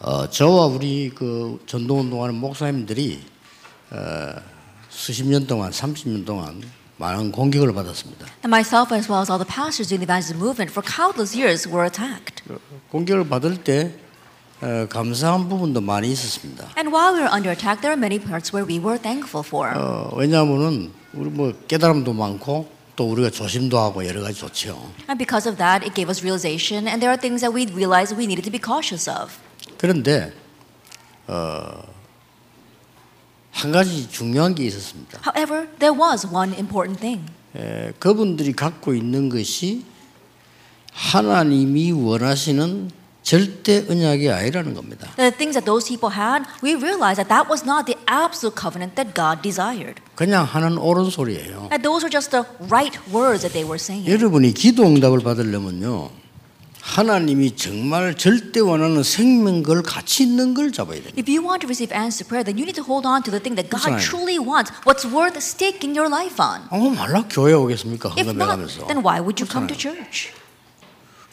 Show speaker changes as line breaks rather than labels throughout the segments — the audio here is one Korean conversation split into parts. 어, 저와 우리 그 전도운동하는 목사님들이 어, 수십 년 동안, 30년 동안 많은 공격을 받았습니다.
And myself, as well as all the pastors in the evangelist movement, for countless years were attacked.
공격을 받을 때 어, 감사한 부분도 많이 있었습니다.
And while we were under attack, there are many parts where we were thankful for.
어, 왜냐하면은 우리 뭐 깨달음도 많고 또 우리가 조심도 하고 여러 가지 좋죠.
And because of that, it gave us realization, and there are things that we realized we needed to be cautious of.
그런데 어, 한 가지 중요한 게 있었습니다.
However, there was one important thing.
에, 그분들이 갖고 있는 것이 하나님이 원하시는 절대 언약이 아니라는 겁니다.
The things that those people had, we realized that that was not the absolute covenant that God desired.
그냥 하는 옳은 소리예요.
That those were just the right words that they were saying.
여러분이 기도 응답을 받으려면요. 하나님이 정말 절대 원하는 생명 걸 가치 있는 걸 잡아야 됩니다.
If you want to receive answered prayer, then you need to hold on to the thing that God
right.
truly wants, what's worth staking your life on.
아무 뭐 말라 교회 오겠습니까?
If
헌금해
not,
가면서.
then why would you come to church?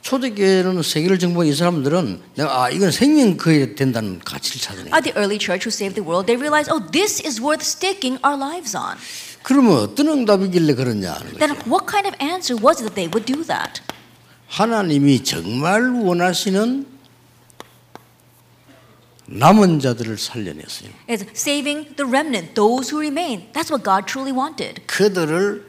초대교회는 세계를 정복한 이 사람들은 내가 아 이건 생명 거에 된다는 가치를 찾으네.
At the early church who saved the world, they realized, oh, this is worth staking our lives on.
그러면 어떤 응답이길래 그러냐 하는 거죠.
Then what kind of answer was it that they would do that?
하나님이 정말 원하시는 남은 자들을 살려냈어요.
It's saving the remnant, those who remain. That's what God truly wanted.
그들을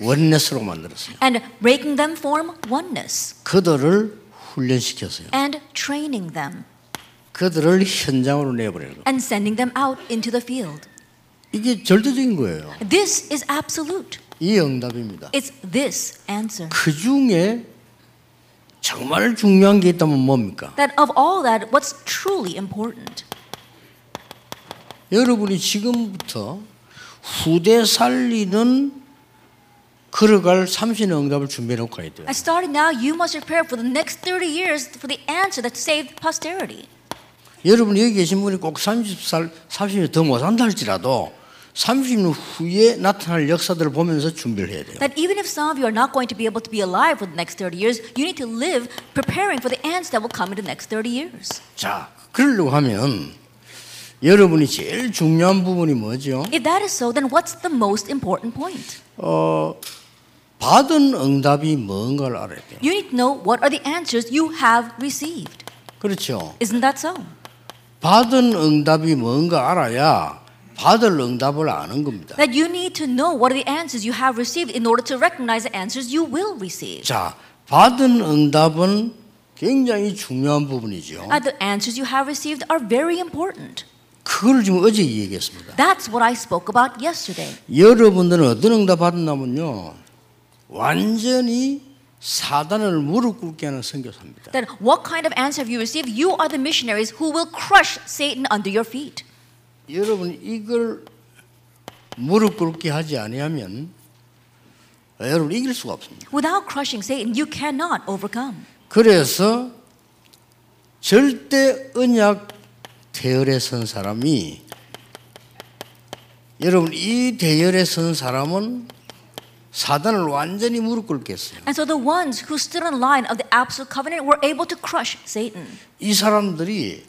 원넷으로 만들었어요.
And making them form oneness
그들을 훈련시켰어요.
and training them
그들을 현장으로 내보내는 거예요.
and sending them out into the field.
이게 절대적인 거예요.
This is absolute.
이 응답입니다.
It's this answer.
그 중에 정말 중요한 게 있다면 뭡니까?
That of all that, what's truly important?
여러분이 지금부터 후대 살리는 걸어갈 삼신의 응답을 준비해 놓고 가야 돼요.
And starting now, you must prepare for the next 30 years for the answer that saved posterity.
여러분 여기 계신 분이 꼭 30살, 30년 더 못 산다 할지라도 30년 후에 나타날 역사들을 보면서 준비를 해야 돼요.
That even if some of you are not going to be able to be alive for the next 30 years, you need to live preparing for the answer that will come in the next 30 years.
자, 그러려고 하면 여러분이 제일 중요한 부분이 뭐죠?
If that is so, then what's the most important point?
어, 받은 응답이 뭔가를 알아야 돼요.
You need to know what are the answers you have received.
그렇죠.
Isn't that so?
받은 응답이 뭔가 알아야 받을 응답을 아는 겁니다.
That you need to know what are the answers you have received in order to recognize the answers you will receive.
자, 받은 응답은 굉장히 중요한 부분이죠.
And the answers you have received are very important.
그걸 지금 어제 얘기했습니다.
That's what I spoke about yesterday.
여러분들은 어떤 응답 받았나면요. 완전히 사단을 무릎 꿇게 하는 선교사입니다.
Then what kind of answer have you received? You are the missionaries who will crush Satan under your feet.
여러분 이걸 무릎 꿇게 하지 아니하면 여러분 이길 수가 없습니다.
Without crushing Satan, you cannot overcome.
그래서 절대 언약 대열에 선 사람이 여러분 이 대열에 선 사람은 사단을 완전히 무릎 꿇겠어요.
And so the ones who stood on the line of the absolute covenant were able to crush Satan.
이 사람들이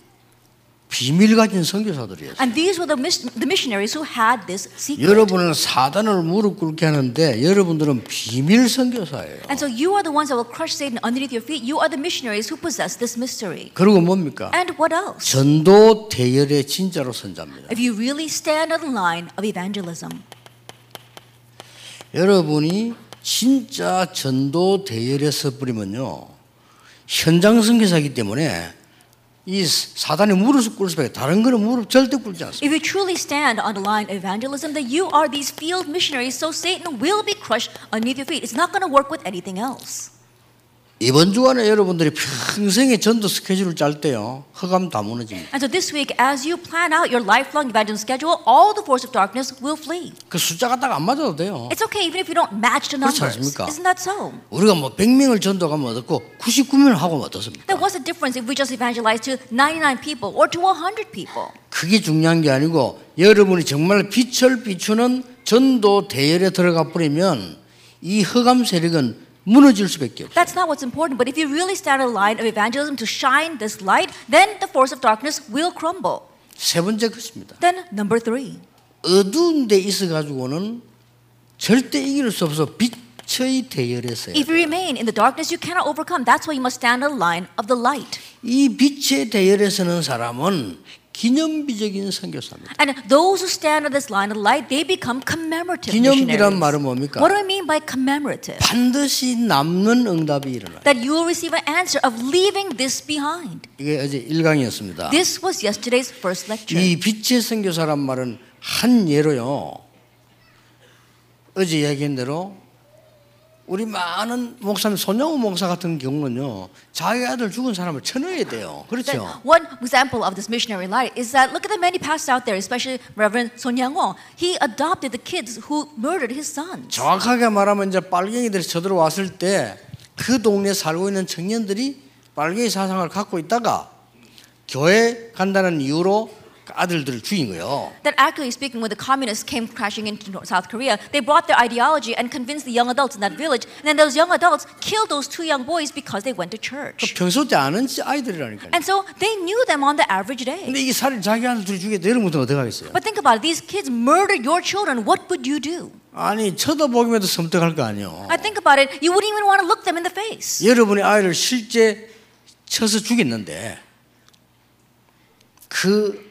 비밀 가진 선교사들이에요.
And these were the, mis- the missionaries who had this secret.
여러분은 사단을 무릎 꿇게 하는데 여러분들은 비밀 선교사예요.
And so you are the ones that will crush Satan underneath your feet. You are the missionaries who possess this mystery.
그리고 뭡니까?
And what else?
전도 대열의 진짜로 선자입니다.
If you really stand on the line of evangelism,
여러분이 진짜 전도 대열에 서버리면요 현장 선교사이기 때문에 이 사단이 무릎을 꿇을 수밖에 다른 거는 무릎 절대 꿇지 않습니다.
if you truly stand on the line of evangelism, then you are these field missionaries, so Satan will be crushed underneath your feet. It's not going to work with anything else.
이번 주간에 여러분들이 평생의 전도 스케줄을 짤 때요 허감 다 무너집니다.
And so this week, as you plan out your lifelong evangelism schedule, all the force of darkness will flee.
그 숫자가 딱 안 맞아도 돼요.
It's okay even if you don't match the
그렇지
numbers.
않습니까?
Isn't that so?
우리가 뭐 100명을 전도하면 어떻고 99명을 하고 뭐 어떻습니까?
Then what's the difference if we just evangelize to 99 people or to 100 people?
그게 중요한 게 아니고 여러분이 정말 빛을 비추는 전도 대열에 들어가 버리면 이 허감 세력은 무너질 수밖에 없어요.
That's not what's important. But if you really stand on the line of evangelism to shine this light, then the force of darkness will crumble.
세 번째 것입니다.
Then number three,
어두운 데 있어 가지고는 절대 이길 수 없어 빛의 대열에서요.
if you remain in the darkness, you cannot overcome. That's why you must stand on the line of the light.
이 빛의 대열에 서는 사람은 기념비적인 선교사입니다.
And those who stand on this line of the light, they become commemorative
기념비란
missionaries.
말은 뭡니까?
What do I mean by commemorative?
반드시 남는 응답이 일어나요.
That you will receive an answer of leaving this behind.
이게 어제 1강이었습니다.
This was yesterday's first lecture.
이 빛의 선교사란 말은 한 예로요. 어제 이야기한 대로 우리 많은 목사님 손영호 목사 같은 경우는요. 자기 아들 죽은 사람을 쳐넣어야 돼요.
Then
그렇죠?
one example of this missionary light is that look at the many pastors out there, especially Reverend Son Yang Wong. He adopted the kids who murdered his sons.
정확하게 말하면 이제 빨갱이들이 쳐들어왔을 때 그 동네에 살고 있는 청년들이 빨갱이 사상을 갖고 있다가 교회 간다는 이유로 그 아들들을 죽인 거예요.
That actually speaking, when the communists came crashing into North- South Korea, they brought their ideology and convinced the young adults in that village. And then those young adults killed those two young boys because they went to
그
church.
평소 때 아는 아이들이라니까요.
And so they knew them on the average day.
근데 이 살을 자기 아들들이 죽여 내려면 어떻게 하겠어요?
But think about it, these kids murdered your children. What would you do?
아니 쳐다보기만 해도 섬뜩할 거 아니에요.
I think about it, you wouldn't even want to look them in the face.
여러분의 아이를 실제 쳐서 죽였는데 그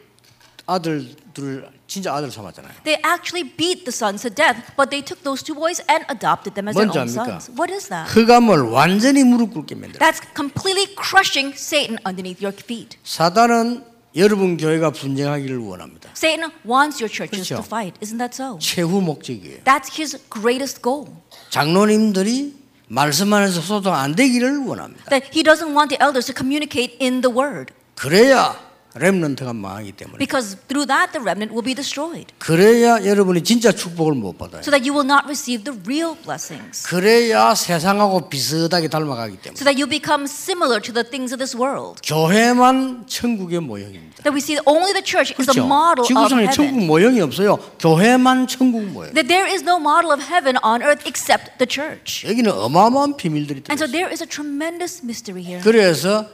아들들을 진짜 아들 삼았잖아요.
They actually beat the sons to death, but they took those two boys and adopted them as their
뭔지
own
압니까?
sons. What is that?
흑암을 완전히 무릎 꿇게 만들어.
That's completely crushing Satan underneath your feet.
사단은 여러분 교회가 분쟁하기를 원합니다.
Satan wants your churches
그렇죠.
to fight. Isn't that so?
최후 목적이에요.
That's his greatest goal.
장로님들이 말씀 안에서 소통 안 되기를 원합니다.
That he doesn't want the elders to communicate in the word,
그래야 렘넌트가 망하기 때문에.
because through that the remnant will be destroyed,
그래야 여러분이 진짜 축복을 못 받아요.
so that you will not receive the real blessings,
그래야 세상하고 비슷하게 닮아가기 때문에.
so that you become similar to the things of this world.
교회만 천국의 모형입니다.
That we see only the church is the
그렇죠?
model of
지구상에
heaven.
천국 모형이 없어요. 교회만 천국 모형.
that there is no model of heaven on earth except the church.
여기는 어마어마한 비밀들이 들어
And so
있어요.
there is a tremendous mystery here.
그래서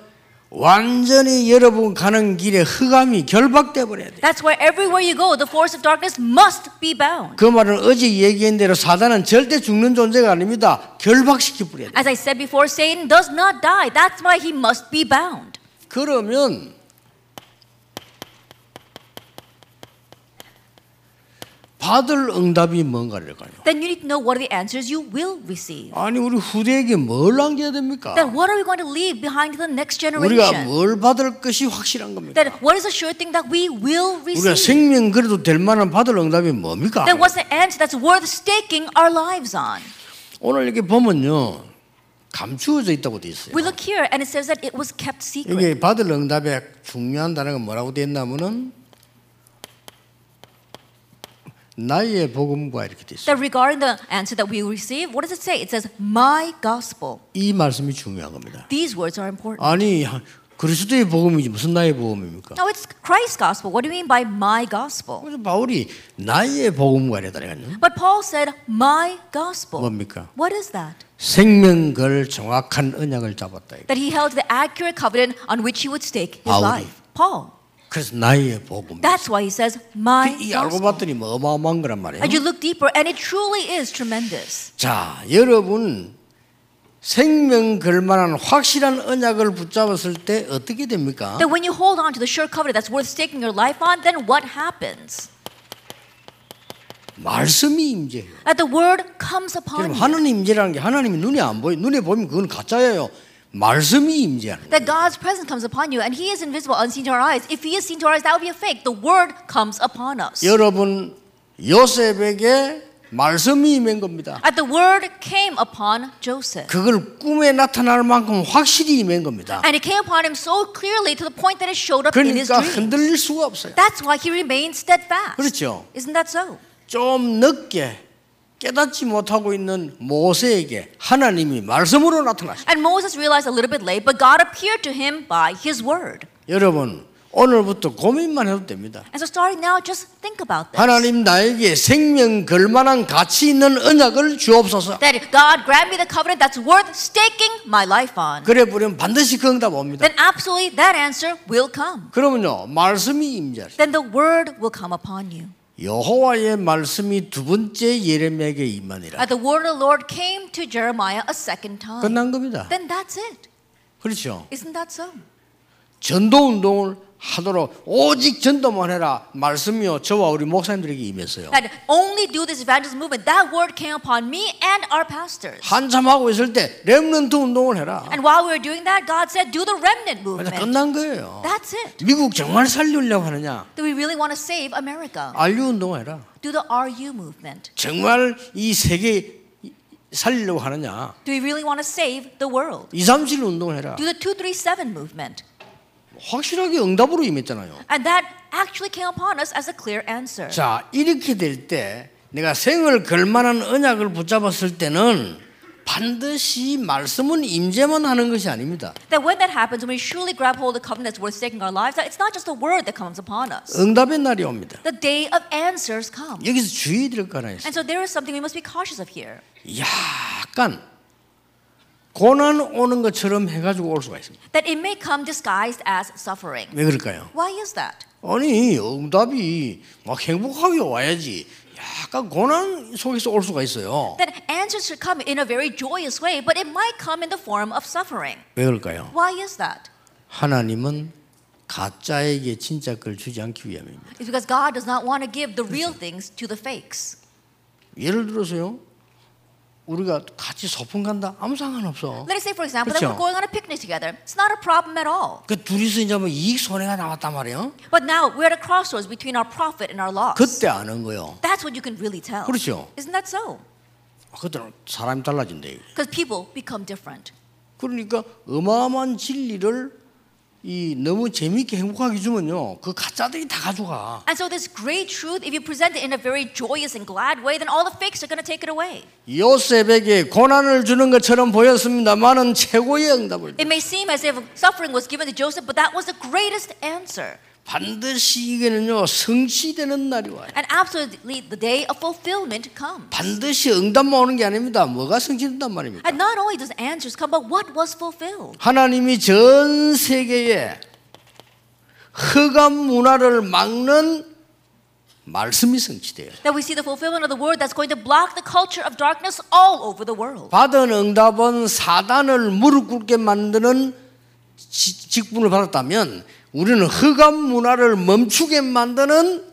완전히 여러분 가는 길에 흑암이 결박돼 버려야 돼.
That's why everywhere you go, the force of darkness must be bound.
그 말은 어제 얘기한 대로 사단은 절대 죽는 존재가 아닙니다. 결박시켜 버려야 돼.
As I said before, Satan does not die. That's why he must be bound.
그러면 받을 응답이 뭔가를까요?
Then you need to know what are the answers you will receive.
아니 우리 후대에게 뭘 남겨야 됩니까?
Then what are we going to leave behind to the next
우리가
generation?
뭘 받을 것이 확실한 겁니까?
Then what is the sure thing that we will
우리가
receive?
생명 그래도 될 만한 받을 응답이 뭡니까?
Then what's the answer that's worth staking our lives on?
오늘 이렇게 보면요 감추어져 있다고 돼 있어요.
We look here and it says that it was kept secret.
여기 받을 응답의 중요한 단어가 뭐라고 돼 있나면은 나의 복음과 이렇게 돼 있어요.
that regarding the answer that we receive, what does it say? It says, My gospel.
이 말씀이 중요한 겁니다.
These words are important.
아니 그리스도의 복음이지 무슨 나의 복음입니까?
Now it's Christ's gospel. What do you mean by my gospel?
그래서 바울이 나의 복음과 이랬다니까요.
But Paul said, My gospel.
뭡니까?
What is that?
생명걸 정확한 언약을 잡았다. 이거.
That he held the accurate covenant on which he would stake his
바울이.
life. Paul.
그래서 나의 복음.
That's why he says, My
그 이 알고
gospel.
봤더니 뭐 어마어마한 거란 말이에요.
And you look deeper, and it truly is tremendous.
자, 여러분 생명 걸만한 확실한 언약을 붙잡았을 때 어떻게 됩니까?
That when you hold on to the sure covenant that's worth staking your life on, then what happens?
말씀이 임재해요.
That the word comes upon
그럼
you.
하나님 임재라는 게 하나님이 눈에 안 보여. 눈에 보면 그건 가짜예요. 말씀이 임재하는 거예요.
that God's presence comes upon you and He is invisible, unseen to our eyes. If He is seen to our eyes, that would be a fake. The Word comes upon
아,
us.
여러분 요셉에게 말씀이 임한 겁니다.
At the Word came upon Joseph.
그걸 꿈에 나타날 만큼 확실히 임한 겁니다.
And it came upon him so clearly to the point that it showed up in his
그러니까
dream.
흔들릴 수가 없어요.
That's why he remained steadfast.
그렇죠.
Isn't that so?
좀 늦게 깨닫지 못하고 있는 모세에게 하나님이 말씀으로 나타나셨어요.
And Moses realized a little bit late, but God appeared to him by His Word.
여러분 오늘부터 고민만 해도 됩니다.
And so starting now, just think about this.
하나님 나에게 생명 걸만한 가치 있는 언약을 주옵소서.
That God grant me the covenant that's worth staking my life on.
그래 보면 반드시 그 응답 옵니다.
Then absolutely that answer will come.
그러면요 말씀이 임절.
Then the word will come upon you.
여호와의 말씀이 두 번째 예레미야에게 임하니라.
Uh, the word of the Lord came to Jeremiah a second time.
끝난 겁니다.
Then that's it.
그렇죠.
Isn't that so?
전도 운동을 하도록 오직 전도만 해라 말씀이요 저와 우리 목사님들에게 임했어요.
That only do this evangelism movement. That word came upon me and our pastors.
한참 하고 있을 때 렘넌트 운동을 해라.
And while we were doing that, God said, do the remnant
그래서
movement.
끝난 거예요.
That's it.
미국 정말 살리려고 하느냐?
Do we really want to save America?
알류 운동해라.
Do the RU movement.
정말 이 세계 살리려고 하느냐?
Do we really want to save the world?
2, 3, 7 운동해라.
Do the 237 movement.
확실하게 응답으로 임했잖아요.
And that actually came upon us as a clear answer.
자 이렇게 될 때 내가 생을 걸만한 언약을 붙잡았을 때는 반드시 말씀은 임재만 하는 것이 아닙니다.
That when that happens, when we surely grab hold of the covenant that's worth taking our lives, that it's not just the word that comes upon us.
응답의 날이 옵니다.
The day of answers comes.
여기서 주의드릴 거 하나 있어요.
And so there is something we must be cautious of here.
약간 고난 오는 것처럼 해가지고 올 수가 있습니다.
That it may come disguised as suffering.
왜 그럴까요?
Why is that?
아니 응답이 막 행복하게 와야지. 약간 고난 속에서 올 수가 있어요.
That answers should come in a very joyous way, but it might come in the form of suffering.
왜 그럴까요?
Why is that?
하나님은 가짜에게 진짜 걸 주지 않기 위함입니다.
It's because God does not want to give the real things to the fakes.
예를 들어서요. 우리가 같이 소풍 간다. 아무 상관없어.
Let us say, for example, that
그렇죠.
we're going on a picnic together. It's not a problem at all.
그 둘이서 이제 뭐 이익 손해가 나왔단 말이에요.
But now we're at a crossroads between our profit and our loss.
그때 아는 거요.
That's what you can really tell.
그렇죠.
Isn't that so?
아, 그때는 사람이 달라진대.
Because people become different.
그러니까 어마어마한 진리를 이 너무 재미있게 행복하게 주면요. 그 가짜들이 다 가져가.
And so, this great truth, if you present it in a very joyous and glad way, then all the fakes are going to take it away.
요셉에게 고난을 주는 것처럼 보였습니다만은 최고의 응답을
It may seem as if suffering was given to Joseph, but that was the greatest answer.
반드시 이게는요 성취되는 날이 와요.
And absolutely, the day of fulfillment comes.
반드시 응답만 오는 게 아닙니다. 뭐가 성취된단 말입니까?
And not only does answers come, but what was fulfilled?
하나님이 전 세계에 흑암 문화를 막는 말씀이 성취돼요.
That we see the fulfillment of the word that's going to block the culture of darkness all over the world.
받은 응답은 사단을 무릎 꿇게 만드는 지- 직분을 받았다면 우리는 흑암 문화를 멈추게 만드는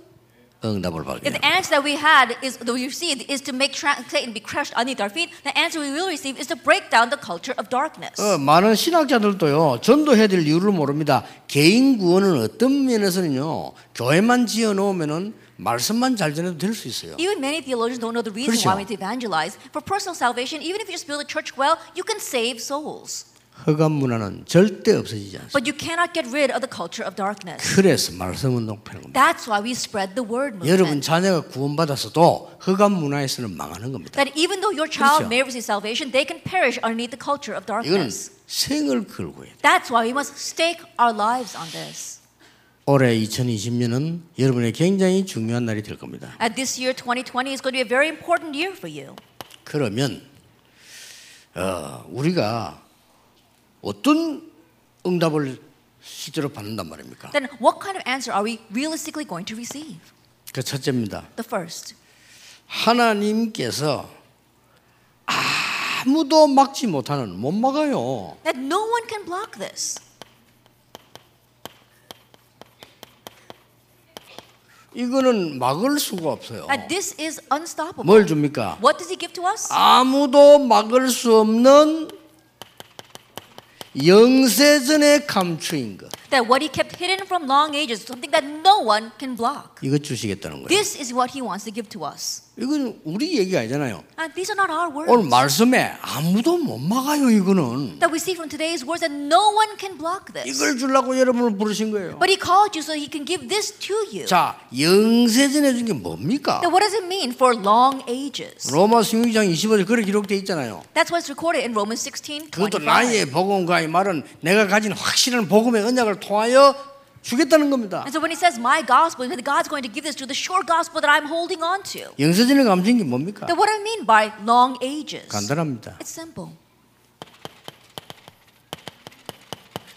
응답을 받게
If the answer that we had is that we received is to make tra- Satan be crushed underneath our feet, the answer we will receive is to break down the culture of darkness.
어, 많은 신학자들도요 전도해야 될 이유를 모릅니다. 개인 구원은 어떤 면에서는요 교회만 지어놓으면은 말씀만 잘 전해도 될 수 있어요.
Even many theologians don't know the reason why
그렇죠.
we need to evangelize. For personal salvation, even if you just build a church well, you can save souls.
흑암 문화는 절대 없어지지 않습니다.
But you cannot get rid of the culture of darkness.
그래서 말씀 운동 패는 겁니다.
That's why we spread the word
여러분
movement.
자녀가 구원받았어도 흑암 문화에서는 망하는 겁니다.
That even though your
그렇죠.
child may receive salvation, they can perish underneath the culture of
이거는
darkness.
생을 걸고 해요.
That's why we must stake our lives on this.
올해 2020년은 여러분의 굉장히 중요한 날이 될 겁니다.
And this year, 2020, is going to be a very important year for you.
그러면 어, 우리가 어떤 응답을 실제로 받는단 말입니까?
Then, what kind of answer are we realistically going to receive?
그 첫째입니다.
The first,
하나님께서 아무도 막지 못하는 못 막아요.
that no one can block this.
이거는 막을 수가 없어요.
That this is unstoppable.
뭘 줍니까?
What does he give to us?
Ah. 아무도 막을 수 없는 영세전의 감추인 것
That what he kept hidden from long ages, something that no one can block.
이것 주시겠다는 거예요.
This is what he wants to give to us.
이건 우리 얘기 아니잖아요.
And these are not our
오늘
words.
말씀에 아무도 못 막아요. 이거는
That we see from today's words that no one can block this.
이걸 주려고 여러분을 부르신 거예요.
But he called you so he can give this to you.
자, 영세전에 준 게 뭡니까?
Now, what does it mean for long ages?
로마 승유장 25절 그렇게 기록돼 있잖아요.
That's what's recorded in Romans 16.
그것도
25.
나의 복음과의 말은 내가 가진 확실한 복음의 언약을 통하여 주겠다는 겁니다.
And so when he says my gospel, he said, God's going to give this to the sure gospel that I'm holding on to.
영서진의 감정이 뭡니까?
Then what do I mean by long ages?
간단합니다.
It's simple.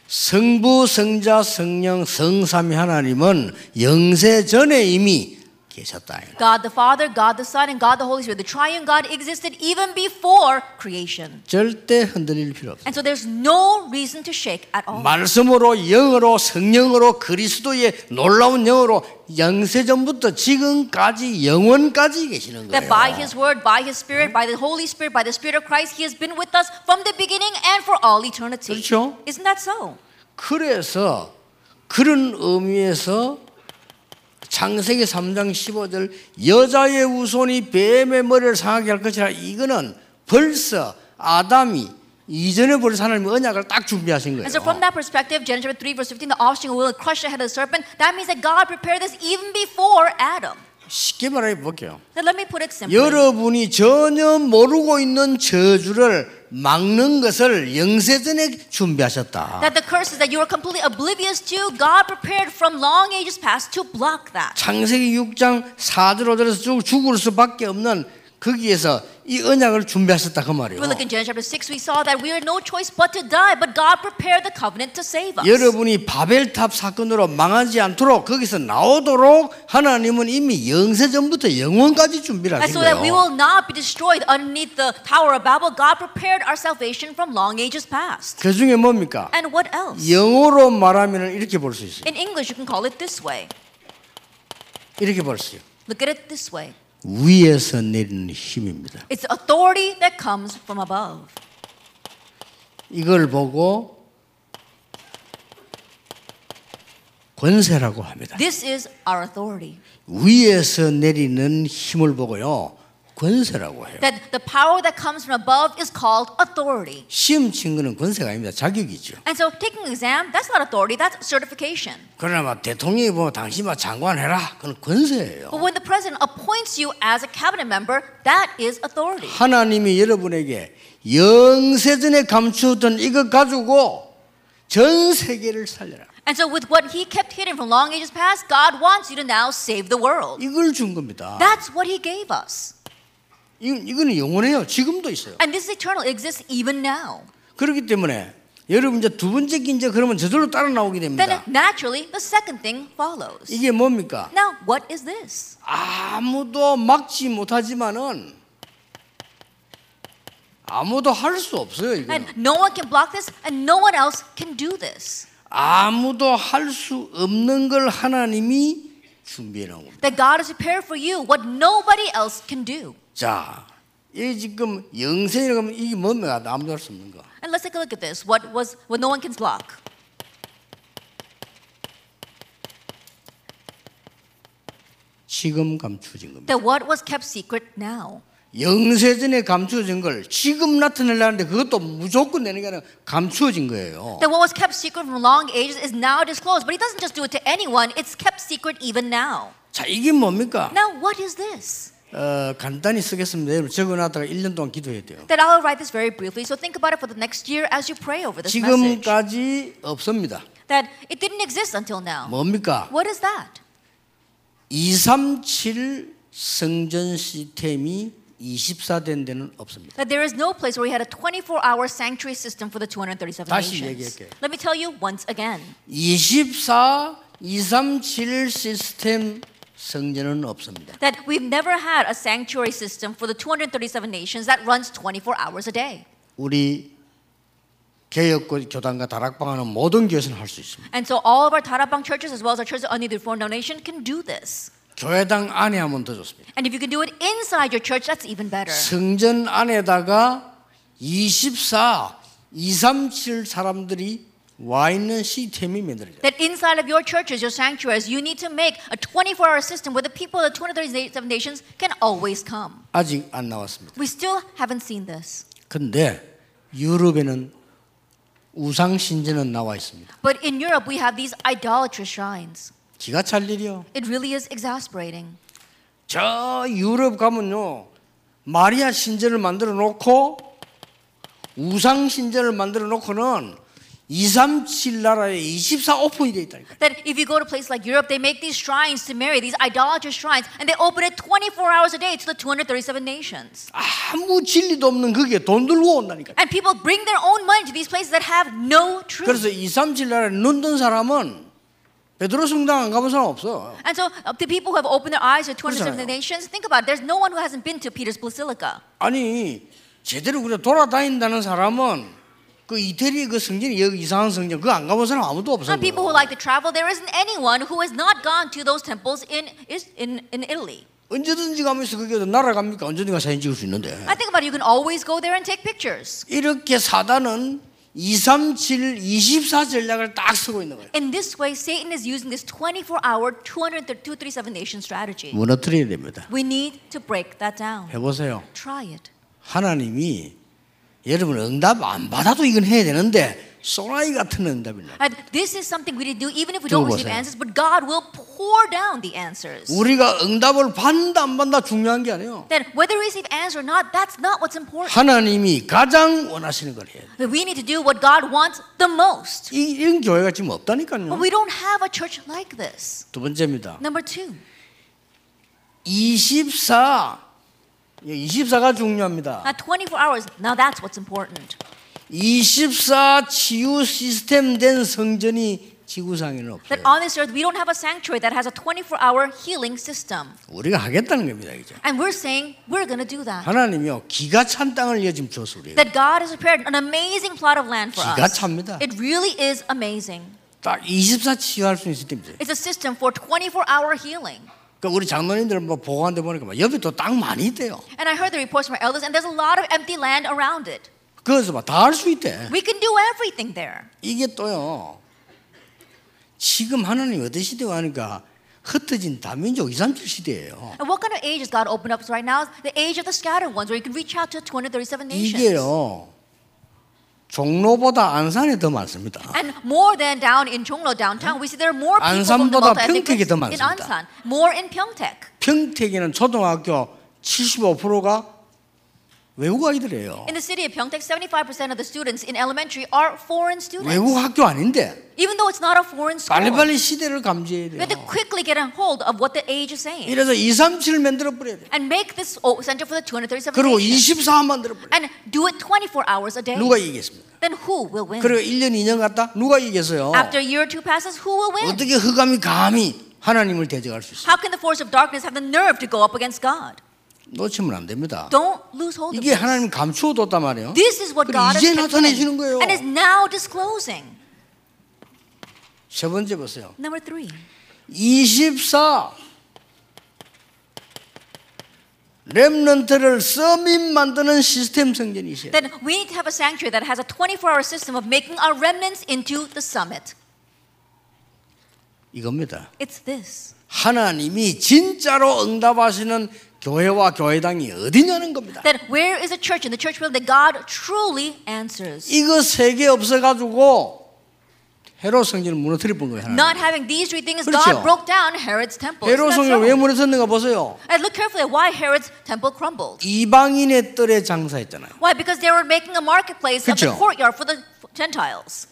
성부, 성자, 성령, 성삼위 하나님은 영세 전에 이미 계셨다.
God the Father, God the Son, and God the Holy Spirit. The triune God existed even before creation.
절대 흔들릴 필요 없어요.
And so there's no reason to shake at all.
말씀으로 영으로 성령으로 그리스도의 놀라운 영으로 영세 전부터 지금까지 영원까지 계시는
That by
거예요.
His Word, by His Spirit, by the Holy Spirit, by the Spirit of Christ, He has been with us from the beginning and for all eternity.
그렇죠.
Isn't that so?
그래서 그런 의미에서 창세기 3장 15절 여자의 우손이 뱀의 머리를 상하게 할 것이라 이거는 벌써 아담이 이전에 벌써 하나님 언약을 딱 준비하신
And so, from
거예요.
that perspective, Genesis 3, verse 15, the offspring will crush the head of the serpent. That means that God prepared this even before Adam.
쉽게 말해 볼게요.
Now, let me put it simply.
여러분이 전혀 모르고 있는 저주를 막는 것을 영세전에 준비하셨다.
That the curses that you are completely oblivious to, God prepared from long ages past to block that.
창세기 6장 4절 5절에서 쭉 죽을 수밖에 없는 거기에서 이 언약을 준비하셨다 그 말이에요.
If we look in Genesis chapter 6, we saw that we had no choice but to die, but God prepared the covenant to save us.
여러분이 바벨탑 사건으로 망하지 않도록 거기서 나오도록 하나님은 이미 영세전부터 영원까지 준비를
And
하신
so that
거예요.
we will not be destroyed underneath the Tower of Babel, God prepared our salvation from long ages past.
그 중에 뭡니까?
And what else?
영어로 말하면 이렇게 볼 수 있어요.
In English, you can call it this way.
이렇게 볼 수 있어요.
Look at it this way
위에서 내리는 힘입니다.
it's authority that comes from above.
이걸 보고 권세라고 합니다.
This is our authority.
위에서 내리는 힘을 보고요. 권세라고 해요.
That the power that comes from above is called authority.
시험 친 거는 권세가 아닙니다. 자격이죠.
And so, taking an exam, that's not authority, that's certification.
그러나 막 대통령이 보면 당신만 장관해라. 그건 권세예요.
But when the president appoints you as a cabinet member, that is authority.
하나님이 여러분에게 영세전에 감추었던 이것 가지고 전 세계를 살려라.
And so, with what he kept hidden from long ages past, God wants you to now save the world.
이걸 준 겁니다.
That's what he gave us.
이, 이거는 영원해요. 지금도 있어요.
And this is eternal, it exists even now.
그렇기 때문에 여러분 이제 두 번째 기제 그러면 저절로 따라 나오게
Then,
됩니다.
naturally, the second thing follows.
이게 뭡니까?
Now, what is this?
아무도 막지 못하지만은 아무도 할 수 없어요. 이거는.
And no one can block this, and no one else can do this.
아무도 할 수 없는 걸 하나님이 준비해 놓은 겁니다.
That God has prepared for you what nobody else can do.
자, 이 지금 영생이라고 하면 이게 뭡니까? 아무도 할 수 없는 거.
And let's take a look at this. What was what no one can block?
지금 감추어진 겁니다.
That what was kept secret now.
영세전에 감추어진 걸 지금 나타내려는데 그것도 무조건 되는 게 아니라 감추어진 거예요.
That what was kept secret from long ages is now disclosed. But he doesn't just do it to anyone, it's kept secret even now.
자, 이게 뭡니까?
Now, what is this?
어, 간단히 쓰겠습니다. 여러분 적어놨다가 1년 동안 기도해야 돼요.
That I'll write this very briefly, so think about it for the next year as you pray over this message.
지금까지 없습니다.
That it didn't exist until now.
뭡니까?
What is that?
237 성전 시스템이 24된 데는 없습니다.
That there is no place where we had a 24 hour sanctuary system for the 237
다시
nations.
얘기할게요.
Let me tell you once again
24, 237 시스템 성전은 없습니다.
that we've never had a sanctuary system for the 237 nations that runs 24 hours a day.
우리 개혁교 교단과 다락방하는 모든 교회에서는 할 수 있습니다.
And so all of our Tarabang churches, as well as our churches under the Reformed Nation, can do this.
교회당 안에 하면 더 좋습니다.
And if you can do it inside your church, that's even better.
성전 안에다가 24, 237 사람들이 와 있는 시스템이 만들어져요.
That inside of your churches, your sanctuaries, you need to make a 24 hour system where the people of the 237 nations can always come.
아직 안 나왔습니다.
We still haven't seen this.
근데 유럽에는 우상 신전은 나와 있습니다.
But in Europe, we have these idolatrous shrines.
기가 찰 일이요.
It really is exasperating.
저 유럽 가면요 마리아 신전을 만들어 놓고 우상 신전을 만들어 놓고는 237 나라에 24 오픈이 되어 있다니까.
That if you go to places like Europe, they make these shrines to Mary, these idolatrous shrines, and they open it 24 hours a day to the 237 nations.
아무 진리도 없는 거기에 돈 들고 온다니까.
And people bring their own money to these places that have no truth.
그래서 237 나라에 눈뜬 사람은 베드로 성당 안 가본 사람 없어.
And so uh, the people who have opened their eyes to 237
그렇잖아요.
nations, think about it. There's no one who hasn't been to Peter's Basilica.
아니 제대로 그래 돌아다닌다는 사람은 그 이태리 그 성전 여기 이상한 성전 그거 안 가본 사람 아무도 없어.
Some people who like to travel, there isn't anyone who has not gone to those temples in, is, in, in Italy.
언제든지 가면서 그게 어디 날아갑니까? 언제든가 사진 찍을 수 있는데.
I think about it, you can always go there and take pictures.
이렇게 사단은 237, 24 전략을 딱 쓰고 있는 거예요.
In this way, Satan is using this 24 hour, 237 nation strategy.
무너뜨려야 됩니다.
We need to break that down.
해보세요.
Try it.
하나님이 여러분 응답 안 받아도 이건 해야 되는데 소라이 같은 응답이 나.
And this is something we need to do even if we don't
들어보세요.
receive answers, but God will pour down the answers.
우리가 응답을 받는다 안 받는다 중요한 게 아니에요.
Then whether we receive answers or not, that's not what's important.
하나님이 가장 원하시는 걸 해야 돼.
We need to do what God wants the most.
이- 이런 교회가 지금
But
없다니까요.
we don't have a church like this.
두 번째입니다.
Number two,
24 24가 예, 중요합니다.
not 24 hours. Now that's what's important.
24 치유 시스템 된 성전이 지구상에는
That
없어요.
on this earth, we don't have a sanctuary that has a 24 hour healing system.
우리가 하겠다는 겁니다, 이제.
And we're saying we're going to do that.
하나님이요 기가 찬 땅을 요즘 줘서 우리
That God has prepared an amazing plot of land for
기가
us.
찹니다.
It really is amazing.
딱24 치유할 수 있을 때입니다.
It's a system for 24 hour healing.
그러니까 우리 장로님들 뭐 보관대 보니까 막 옆에 또 땅 많이 있대요.
And I heard the reports from our elders, and there's a lot of empty land around it.
그래서 막 다 할 수 있대.
We can do everything there.
이게 또요. 지금 하나님 어디 시대 하니까 흩어진 다민족 237 시대예요.
And what kind of age has God opened up to right now? The age of the scattered ones, where you can reach out to 237 nations.
이게요. 종로보다 안산에 더 많습니다.
And more than down in Chunglo downtown, we see there are more people from the
안산보다
multi-ethnic
평택이 더
groups in
많습니다.
Ansan, more in Pyeongtaek.
평택에는 초등학교 75%가 외국 아이들이에요.
In the city of Pyeongtaek, 75% of the students in elementary are foreign students.
외국 학교 아닌데
Even though it's not a foreign school,
빨리빨리 시대를 감지해야
we have to
돼요.
quickly get a hold of what the age is saying
이래서 237을 만들어 버려야 돼요.
and make this oh, center for the 237
그리고
nations
24 만들어 버려요.
and do it 24 hours a day.
누가 이기겠습니까?
Then who will win?
그리고 1년 2년 갔다 누가 이겼어요?
After a year or two passes, who will win?
어떻게 흑암이 감히 하나님을 대적할 수 있어요?
How can the force of darkness have the nerve to go up against God?
놓치면 안 됩니다.
Don't lose hold of
이게
this.
하나님 감추어뒀단 말이에요.
This is what
그걸
God has
이제
kept
나타내 주는
hidden
거예요.
and is now disclosing.
세 번째 보세요.
Number three,
24 렘넌트를 서민 만드는 시스템 성전이세요.
then we need to have a sanctuary that has a 24-hour system of making our remnants into the summit.
이겁니다.
It's this.
하나님이 진짜로 응답하시는 교회와 교회당이 어디냐는 겁니다.
That where is a church in the church world that God truly answers?
이거 세 개 없어 가지고 헤롯 성전을 무너뜨려 본 거예요. 하나님.
Not having these three things,
그렇죠.
God broke down Herod's temple. Isn't
헤롯
that
성전을 왜
so?
무너뜨렸는가 보세요.
And look carefully at why Herod's temple crumbled.
이방인의 뜰에 장사했잖아요.
Why? Because they were making a marketplace of the
그렇죠.
courtyard for the Gentiles.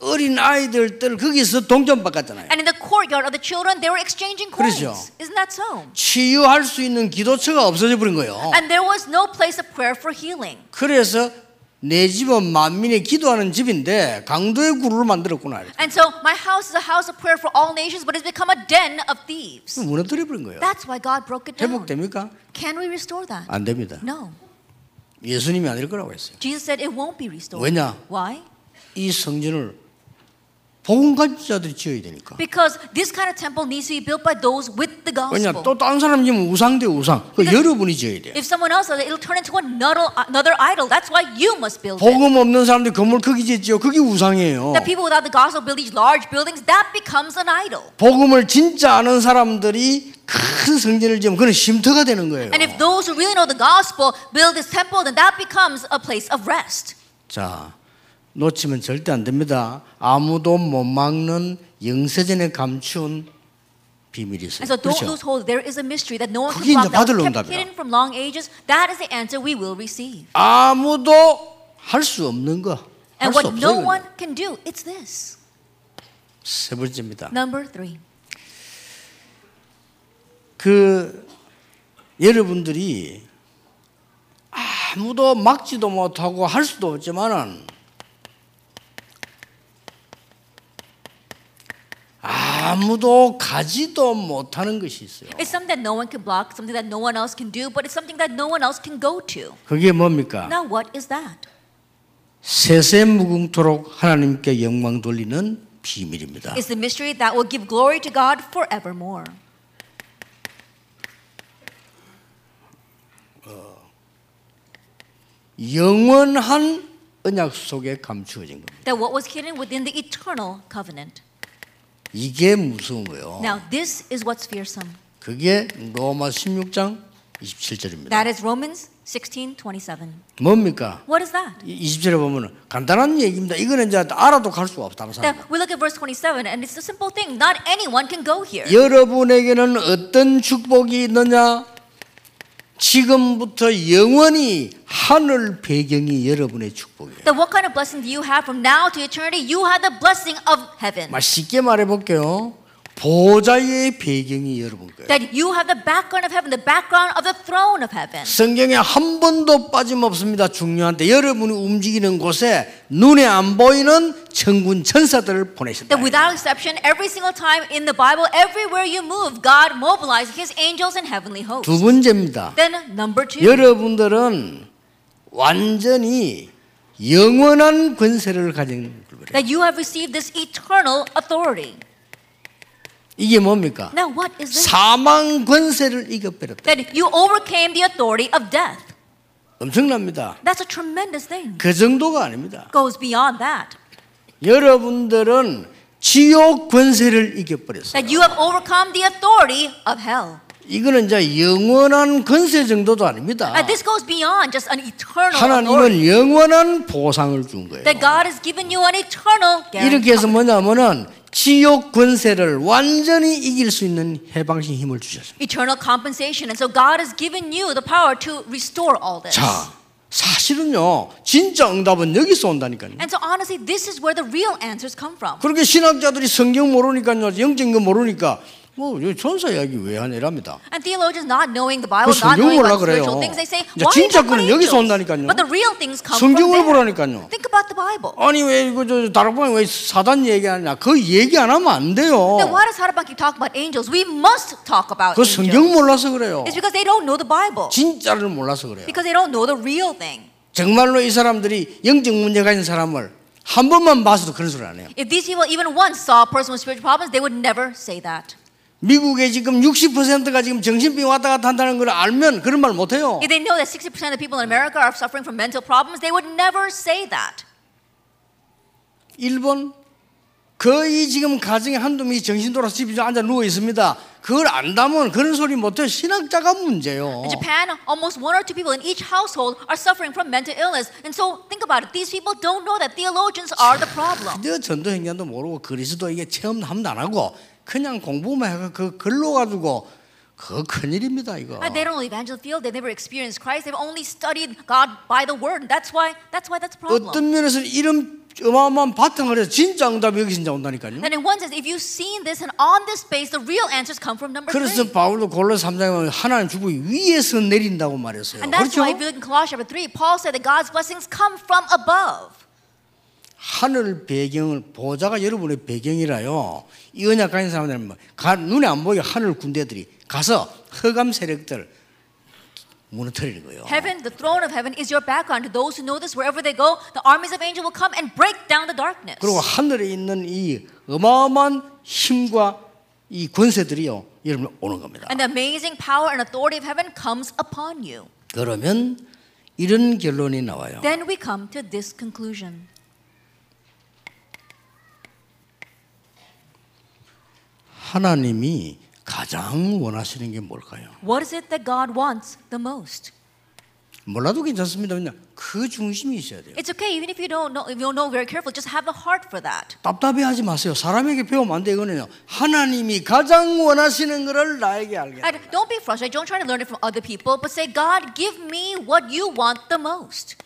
어린 아이들 뜰 거기서 동전 바꿨잖아요.
And in the courtyard of the children, they were exchanging coins.
그렇죠.
Isn't that so?
치유할 수 있는 기도처가 없어져 버린 거예요.
And there was no place of prayer for healing.
그래서 내 집은 만민이 기도하는 집인데 강도의 구루를 만들었구나.
And so my house is a house of prayer for all nations, but it's become a den of thieves.
무너뜨려 버린 거예요.
That's why God broke it down.
회복됩니까?
Can we restore that?
안 됩니다.
No.
예수님이 아닐 거라고 했어요.
Jesus said it won't be restored.
왜냐?
Why?
이 성전을 복음가지자들이 지어야 되니까.
Because this kind of temple needs to be built by those with the
왜냐?
gospel.
또 다른 사람 지면 우상 대 우상. 그 여러분이 지어야 돼요.
If someone else does it, it'll turn into another, another idol. That's why you must build it.
복음 없는 사람들 건물 크게 짓지요. 그게 우상이에요.
The people without the gospel build these large buildings. That becomes an idol.
복음을 진짜 아는 사람들이 큰 성전을 지으면 그건 쉼터가 되는 거예요.
And if those who really know the gospel build this temple, then that becomes a place of rest.
자, 놓치면 절대 안 됩니다. 아무도 못 막는 영세전에 감춘 비밀이 있어요.
And so don't
그렇죠?
lose hold. There is a mystery that no one
그게
can
이제
block that
받을
was kept
응답이라.
hidden from long ages. That is the answer we will receive.
아무도 할 수 없는 거. 할수
And what no
없어요.
one
이거는.
can do, it's this.
세 번째입니다.
Number three.
그 여러분들이 아무도 막지도 못하고 할 수도 없지만은 아무도 가지도 못하는 것이 있어요.
It's something that no one can block, something that no one else can do, but it's something that no one else can go to.
그게 뭡니까?
Now, what is that?
세세무궁토록 하나님께 영광 돌리는 비밀입니다.
It's the mystery that will give glory to God forevermore.
영원한 언약 속에 감추어진 겁니다.
That what was hidden within the eternal covenant.
이게 무서운 거예요.
Now, this is what's fearsome.
그게 로마 16장 27절입니다.
That is Romans 16 27.
뭡니까?
What is that?
이- 20절에 보면 간단한 얘기입니다. 이거는 이제 알아도 갈 수가 없어 다른 사람.
That we look at verse 27, and it's a simple thing. Not anyone can go here.
여러분에게는 어떤 축복이 있느냐? 지금부터 영원히 하늘 배경이 여러분의 축복이에요.
That what kind of blessing do you have from now to eternity? You have the blessing of heaven.
막 쉽게 말해 볼게요. 보좌의 배경이 여러분 거예요.
That you have the background of heaven, the background of the throne of heaven.
성경에 한 번도 빠짐없습니다. 중요한데 여러분이 움직이는 곳에 눈에 안 보이는 천군 천사들을 보내신다.
That without exception, every single time in the Bible, everywhere you move, God mobilizes his angels and heavenly
두
hosts.
번째입니다.
Then number two,
여러분들은 완전히 영원한 권세를 가진 그룹이래요.
that you have received this eternal authority.
이게 뭡니까?
Now what is this?
사망 권세를 이겨버렸다.
That you overcame the authority of death.
엄청납니다.
That's a tremendous thing.
그 정도가 아닙니다.
Goes beyond that.
여러분들은 지옥 권세를 이겨버렸어요.
That you have overcome the authority of hell.
이거는 이제 영원한 권세 정도도 아닙니다.
Uh, this goes beyond just an eternal authority.
Ah. 하나님은 영원한 보상을 준 거예요.
That God has given you an eternal
이렇게
guarantee.
해서 뭐냐면은 지옥 권세를 완전히 이길 수 있는 해방신 힘을 주셨습니다.
Eternal compensation. And so God has given you the power to restore all this.
자, 사실은요, 진짜 응답은 여기서 온다니까요.
And so honestly, this is where the real answers come from.
그렇게 신학자들이 성경 모르니까요, 영적인 거 모르니까 뭐 여기 천사 이야기 왜 하냐랍니다.
And theologians not knowing
그
the Bible, not
성경을
knowing
보라
about
그래요.
spiritual things, they say,
이제
why
진짜
talk
그는
about
여기서
angels?
온다니까요.
But the real things come from
성경을
there.
보라니까요.
Think about the Bible.
아니 왜 그저 다락방에 왜 사단 얘기하냐? 그 얘기 안 하면 안 돼요.
Then why does Harabaki talk about angels? We must talk about
그
angels.
성경 몰라서 그래요.
It's because they don't know the Bible.
진짜를 몰라서 그래요.
Because they don't know the real thing.
정말로 이 사람들이 영적 문제가 있는 사람을 한 번만 봐서도 그런 소리 안 해요.
If these people even once saw a person with spiritual problems, they would never say that.
미국에 지금 60%가 지금 정신병 왔다 갔다 한다는 걸 알면 그런 말 못 해요.
If they know that 60% of the people in America are suffering from mental problems, they would never say that.
일본 거의 지금 가정에 한두 명이 정신 돌아서 집에 앉아 누워 있습니다. 그걸 안다면 그런 소리 못 해요. 신학자가 문제요.
In Japan, almost one or two people in each household are suffering from mental illness. And so think about it. These people don't know that theologians are the problem.
근데 전도 행전도 모르고 그리스도에게 체험함도 안 하고 그냥 공부만 해서 그 글로 가지고 그 큰일입니다 이거.
Uh, They don't know the evangelical field. They've never experienced Christ. They've only studied God by the word. That's why that's why that's a problem.
어떤 면에서는 이런 어마어마한 바탕을 해서 진짜 응답이 여기서 이제 온다니까요.
And in one sense, if you've seen this and on this base, the real answers come from number
그래서
three.
바울도 골로새 3장에 보면 하나님 주복이 위에서 내린다고 말했어요.
And that's
그렇죠?
why if you look in Colossians chapter 3, Paul said that God's blessings come from above.
하늘 배경을 보좌가 여러분의 배경이라요. 이 언약 가진 사람들은 뭐, 가, 눈에 안 보이게 하늘 군대들이 가서 허감 세력들 무너뜨리는 거예요.
Heaven, the throne of heaven, is your background. To those who know this, wherever they go, the armies of angels will come and break down the darkness.
그리고 하늘에 있는 이 어마어마한 힘과 이 권세들이요. 여러분 오는 겁니다.
And the amazing power and authority of heaven comes upon you.
그러면 이런 결론이 나와요.
Then we come to this conclusion
하나님이 가장 원하시는 게 뭘까요?
What is it that God wants the most?
몰라도 괜찮습니다. 그냥 그 중심이 있어야 돼요.
It's okay, even if you don't know, if you don't know very careful, just have the heart for that.
답답해하지 마세요. 사람에게 배우면 안 돼요. 이거는요. 하나님이 가장 원하시는 것을 나에게 알게.
And don't be frustrated. Don't try to learn it from other people, but say, God, give me what you want the most.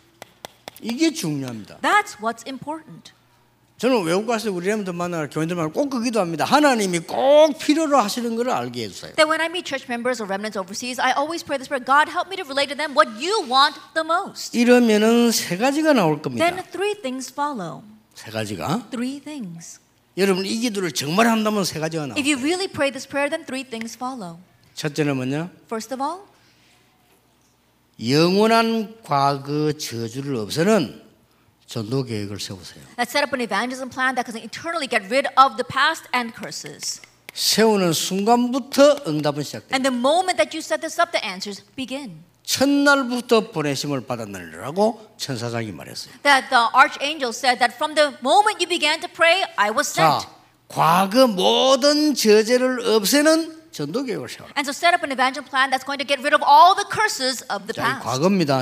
이게 중요합니다.
That's what's important.
저는 외국 가서 우리 렘들 만나 교인들 만나 꼭 그기도 합니다. 하나님이 꼭 필요로 하시는 것을 알게 해주세요.
That when I meet church members or remnants overseas, I always pray this prayer God, help me to relate to them what you want the most.
이러면은 세 가지가 나올 겁니다.
Then three things follow.
세 가지가
Three things.
여러분 이 기도를 정말 한다면 세 가지가 나와.
If you really pray this prayer, then three things follow.
첫째는 뭐냐?
First of all,
영원한 과거 저주를 없애는 전도 계획을 세우세요.
let's set up an evangelism plan that can eternally get rid of the past and curses.
세우는 순간부터 응답은 시작돼요.
And the moment that you set this up, the answers begin.
첫날부터 보내심을 받았느라고 천사장이 말했어요.
That the archangel said that from the moment you began to pray, I was
자,
sent.
과거 모든 저제를 없애는 전도 계획을 세워라.
And so set up an evangel plan that's going to get rid of all the curses of the
자, 이
past.
과거입니다.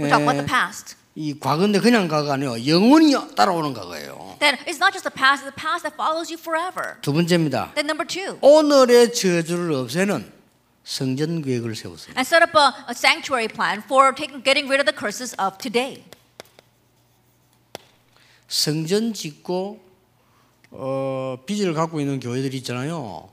We're talking about
에,
the past.
이 과거인데 그냥 과거 아니에요. 영원히 따라오는 과거예요.
That it's not just the past, it's the past that follows you forever.
두 번째입니다.
Then number two,
오늘의 저주를 없애는 성전 계획을 세우세요.
and set up a, a sanctuary plan for taking, getting rid of the curses of today.
성전 짓고 어, 빚을 갖고 있는 교회들이 있잖아요.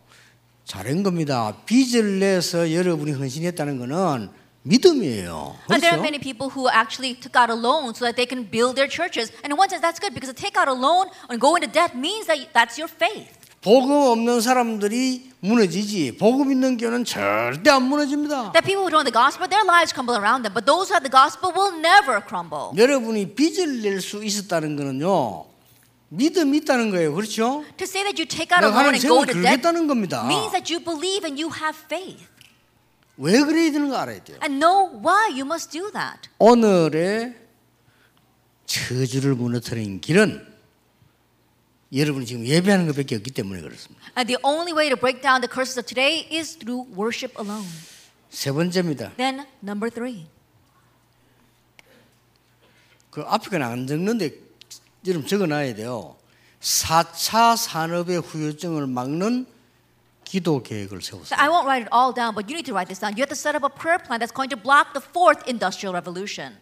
잘한 겁니다. 빚을 내서 여러분이 헌신했다는 거는 믿음이에요.
And 아, there
그렇죠?
are many people who actually took out a loan so that they can build their churches. And in one sense, that's good because to take out a loan and go into debt means that that's your faith.
복음 없는 사람들이 무너지지 복음 있는 교회는 절대 안 무너집니다.
That people who don't know the gospel, their lives crumble around them, but those who have the gospel will never crumble.
여러분이 빚을 낼 수 있었다는 거는요. 믿음이 있다는 거예요. 그렇죠?
To say that you take out a
내가
loan
하나님
and go
생을
into debt
걸겠다는 겁니다.
means that you believe and you have faith
왜 그래야 되는 거 알아야 돼요.
and know why you must do that.
오늘의 저주를 무너뜨리는 길은 여러분이 지금 예배하는 것밖에 없기 때문에 그렇습니다.
And the only way to break down the curses of today is through worship alone.
세 번째입니다.
Then, number three.
그 앞에 건안 적는데 여러분 적어놔야 돼요. 4차 산업의 후유증을 막는 기도 계획을
So
세우세요.
I won't write it all down, but you need to write this down. You have to set up a prayer plan that's going to block the fourth industrial revolution.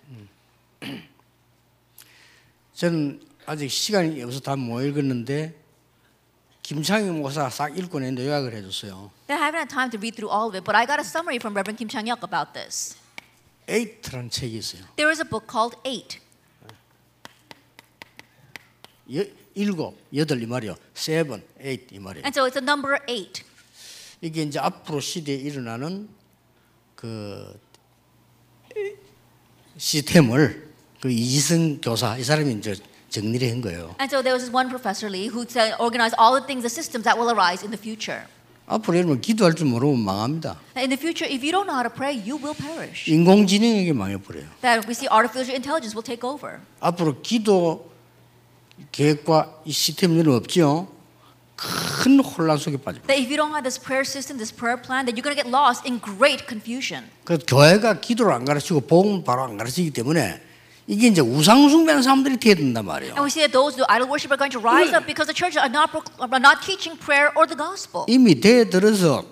저는 아직 시간이 없어서 다 못 읽었는데 김창희 목사 싹 읽고 냈는데 요약을 해줬어요.
Now, I haven't had time to read through all of it, but I got a summary from Reverend Kim Chang Hyuk about this.
에이트라는 책이 있어요.
There is a book called Eight.
여, 일곱, 여덟 이 말이요. 세븐, 에이트 이 말이에요.
And so it's a number eight.
이게 이제 앞으로 시대에 일어나는 그 시스템을 그 이지승 교사 이 사람이 이제 정리를 한 거예요.
And so there was this one professor Lee who said, organize all the things, the systems that will arise in the future.
앞으로 여러분 기도할 줄 모르면 망합니다.
In the future, if you don't know how to pray, you will perish.
인공지능에게 망해버려요.
That we see artificial intelligence will take over.
앞으로 기도 계획과 이 시스템들은 없죠. 큰 혼란 속에 빠집니다.
That if you don't have this prayer system, this prayer plan, that you're going to get lost in great confusion.
그 교회가 기도를 안 가르치고 복음 바로 안 가르치기 때문에 이게 이제 우상 숭배하는 사람들이 돼야 된단 말이에요.
And we see that those who do idol worship are going to rise up because the churches are not, proc- are not teaching prayer or the gospel.
이미 대에 들어서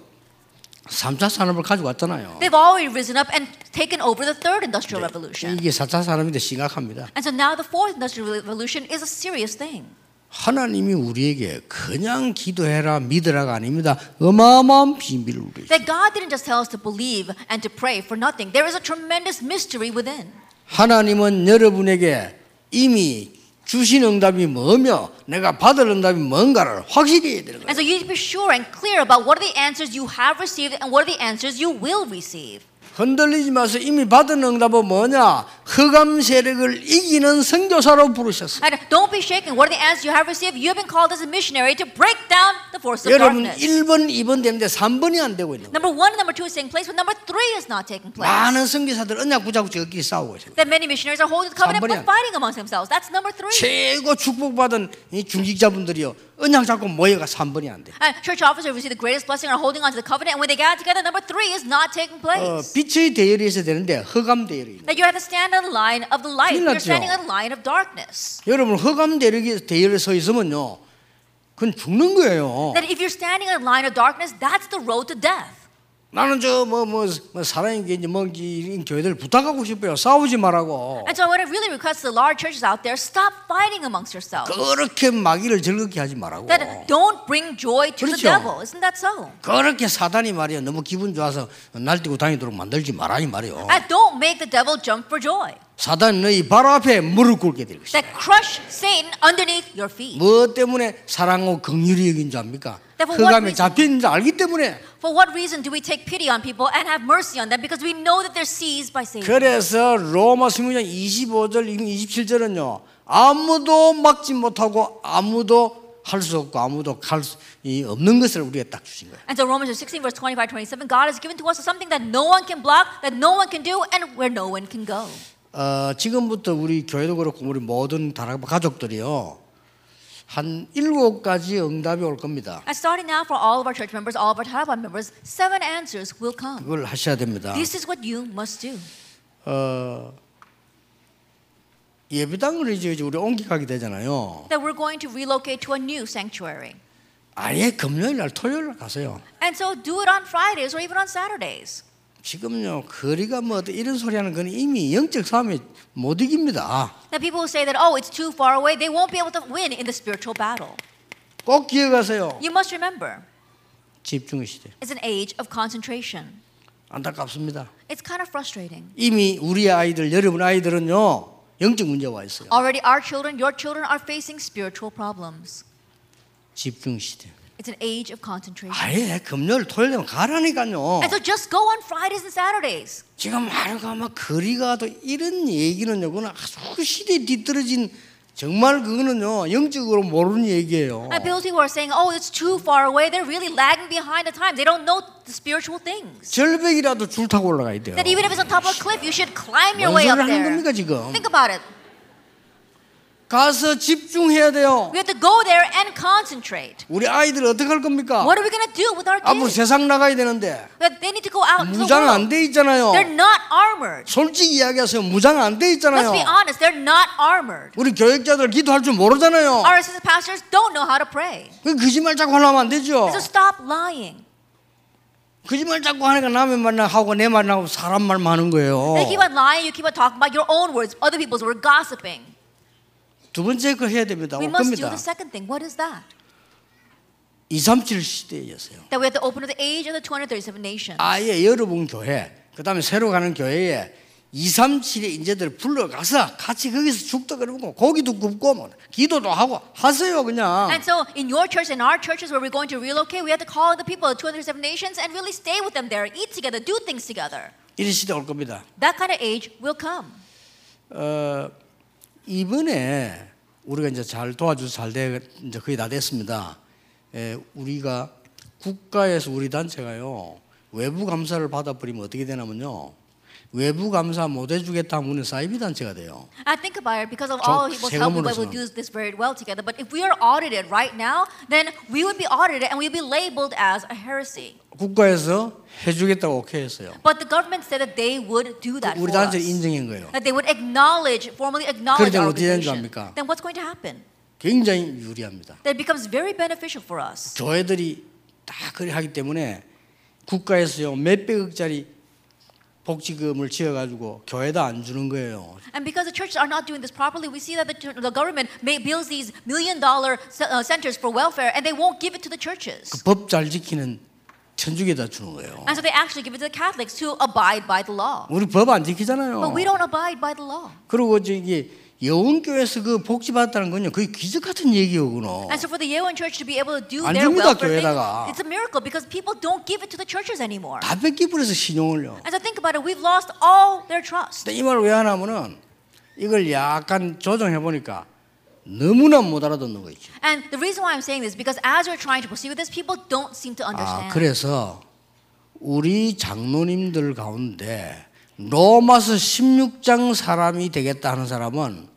3차 산업을 가지고 왔잖아요.
They've already risen up and taken over the third industrial revolution.
이게 4차 산업인데 심각합니다.
And so now the fourth industrial revolution is a serious thing.
하나님이 우리에게 그냥 기도해라 믿으라가 아닙니다. 어마어마한 비밀을 우리
That God didn't just tell us to believe and to pray for nothing, there is a tremendous mystery within.
하나님은 여러분에게 이미 주신 응답이 뭐며 내가 받을 응답이 뭔가를 확실히 해야 되는 거예요.
And so you need to be sure and clear about what are the answers you have received and what are the answers you will receive.
흔들리지 마서 이미 받은 응답은 뭐냐? 흑암 세력을 이기는 선교사로 부르셨어요.
And don't be shaken. What are the answers you have received? You have been called as a missionary to break down the force of
여러분
darkness.
1번, 2번 되는데 3번이 안 되고 있는 거예요.
Number one and number two is taking place, but number three is not taking place.
많은 선교사들 언약 붙잡고 저끼리 싸우고 있어요.
That many missionaries are holding the covenant
삼번이 안-
but fighting amongst themselves. That's number three.
최고 축복받은 이 중직자분들이요. 언약 잡고 모여가 3번이 안 돼.
And Uh, church officers who receive the greatest blessing are holding on to the covenant, and when they gather together, number three is not taking
어,
place.
빛의 대열이 있어야 되는데 흑암 대열이 있는.
That you have to stand on the line of the light.
큰일
You're
났죠.
standing on the line of darkness.
여러분 흑암 대열이 대열에 서 있으면요. 그건 죽는 거예요. Oh. 네.
That if you're standing on the line of darkness, that's the road to death.
나는 저 뭐 뭐 사랑인 게인지 뭔지 이런 교회들 부탁하고 싶어요. 싸우지 말라고.
And so what I really request to the large churches out there, stop fighting amongst yourselves.
그렇게 마귀를 즐겁게 하지 말라고.
That don't bring joy to the
그렇죠.
devil. Isn't that so?
그렇게 사단이 말이야 너무 기분 좋아서 날뛰고 다니도록 만들지 말아 이 말이요.
And don't make the devil jump for joy.
사단 너희 바로 앞에 무릎 꿇게 될 것이다.
That crush Satan underneath your feet.
뭐 때문에 사랑하고 긍휼이 여긴 줄 압니까?
Therefore, what 음.
흑암에
reason-
잡힌 줄 알기 때문에
For what reason do we take pity on people and have mercy on them? Because we know that they're seized by Satan.
그래서 로마 16장 25절 27절은요 아무도 막지 못하고 아무도 할 수 없고 아무도 할수 없는 것을 우리가 딱 주신 거예요.
And so Romans 16 verse 25 27 God has given to us something that no one can block, that no one can do and where no one can go.
어, 지금부터 우리 교회도 그렇고 우리 모든 다락 가족들이요 한 일곱 가지 응답이 올 겁니다.
And starting now for all of our church members, all of our Taliban members, seven answers will come.
그걸 하셔야 됩니다.
This is what you must do.
어, 예배당을 이제 이제 우리 옮기가게 되잖아요.
That we're going to relocate to a new sanctuary.
아예 금요일 날 토요일 날 가세요.
And so do it on Fridays or even on Saturdays.
지금요 거리가 뭐 어떤 이런 소리 하는 건 이미 영적 싸움에 못 이깁니다.
That people who say that, oh, it's too far away, they won't be able to win in the spiritual battle.
꼭 기억하세요.
You must remember,
집중의 시대.
it's an age of concentration.
안타깝습니다.
It's kind of frustrating.
이미 우리 아이들 여러분 아이들은요 영적 문제와 있어요.
Already, our children, your children, are facing spiritual problems.
집중 시대.
It's an age of concentration.
아예 금요일 토요일 되면 가라니까요.
And so just go on Fridays and Saturdays.
지금 하루가 막 거리가 또 이런 얘기는요 그는 아주 시대 에 뒤떨어진 정말 그거는요 영적으로 모르는 얘기예요.
And people who are saying, oh, it's too far away, they're really lagging behind the times. They don't know the spiritual things.
절벽이라도 줄 타고 올라가야 돼요.
That even if it's on top of a cliff, you should climb your
뭔
way
소리
up
하는
there.
겁니까 지금?
Think about it.
가서 집중해야 돼요.
We have to go there and concentrate.
우리 아이들 어떻게 할 겁니까?
What are we going to do with our
앞으로
kids?
세상 나가야 되는데
That they need to go out into the
무장 안
world.
돼 있잖아요.
They're not armored.
솔직히 이야기하세요. 무장 안 돼
Let's be
있잖아요.
honest, they're not armored.
우리 교육자들 기도할 줄 모르잖아요.
Our assistant pastors don't know how to pray.
그 거짓말 자꾸 하려면 안 되죠.
So stop lying.
거짓말 자꾸 하니까 남의 말나 하고 내 말나 하고 사람 말만 하는 거예요.
They keep on lying, you keep on talking about your own words, other people's, we're gossiping.
두 번째 거 해야 됩니다.
We
올
must do the
겁니다.
second thing. What is that?
237 시대였어요.
That we have to open to the age of the 237 nations.
아예 여러분 교회, 그다음에 새로 가는 교회에 237의 인재들을 불러가서 같이 거기서 죽도 그러고 고기도 굽고 뭐 기도도 하고 하세요 그냥.
And so, in your church, in our churches where we're going to relocate, we have to call the people of 237 nations and really stay with them there, eat together, do things together.
이런 시대 올 겁니다.
That kind of age will come.
어, 이번에 우리가 이제 잘 도와줘서 잘 돼, 이제 거의 다 됐습니다. 에, 우리가 국가에서 우리 단체가요, 외부 감사를 받아버리면 어떻게 되냐면요, 외부 감사 못 해주겠다 하면 우리는 사이비 단체가 돼요.
I think about it because of
저-
all people's help, we will
세금으로서는.
do this very well together. But if we are audited right now, then we would be audited and we'd be labeled as a heresy.
국가에서 해주겠다고 오케이 했어요.
But the government said that they would do that
우리
for us.
단체 인증인 거예요.
That they would acknowledge, formally acknowledge
그러니까
our
어떻게 되는 줄
organization.
압니까?
Then what's going to happen?
굉장히 유리합니다.
That becomes very beneficial for us.
교회들이 다 그래 하기 때문에 국가에서요 몇 백억짜리 복지금을 지어가지고 교회도 안 주는 거예요.
And because the churches are not doing this properly, we see that the, chur- the government may builds these million dollar ce- uh, centers for welfare and they won't give it to the churches.
법 잘 지키는 천주교에다 주는 거예요.
And so they actually give it to the Catholics to abide by the law.
우리 법 안
But
지키잖아요.
we don't abide by the law.
그리고 저기 여운교회에서 그 복지 받았다는 건요, 그게 기적 같은 얘기였구나.
And so for the Yeowan church to be able to do
Oh. 안
their
줍니다,
welfare thing,
교회에다가.
it's a miracle because people don't give it to the churches anymore.
다 뺏기버려서 신용을요.
And so think about it, we've lost all their trust.
근데 이 말을 왜 하냐면은 이걸 약간 조정해 보니까 너무나 못 알아듣는 거 있죠.
And the reason why I'm saying this because as we're trying to pursue this, people don't seem to
아
understand.
그래서 우리 장로님들 가운데 로마서 16장 사람이 되겠다 하는 사람은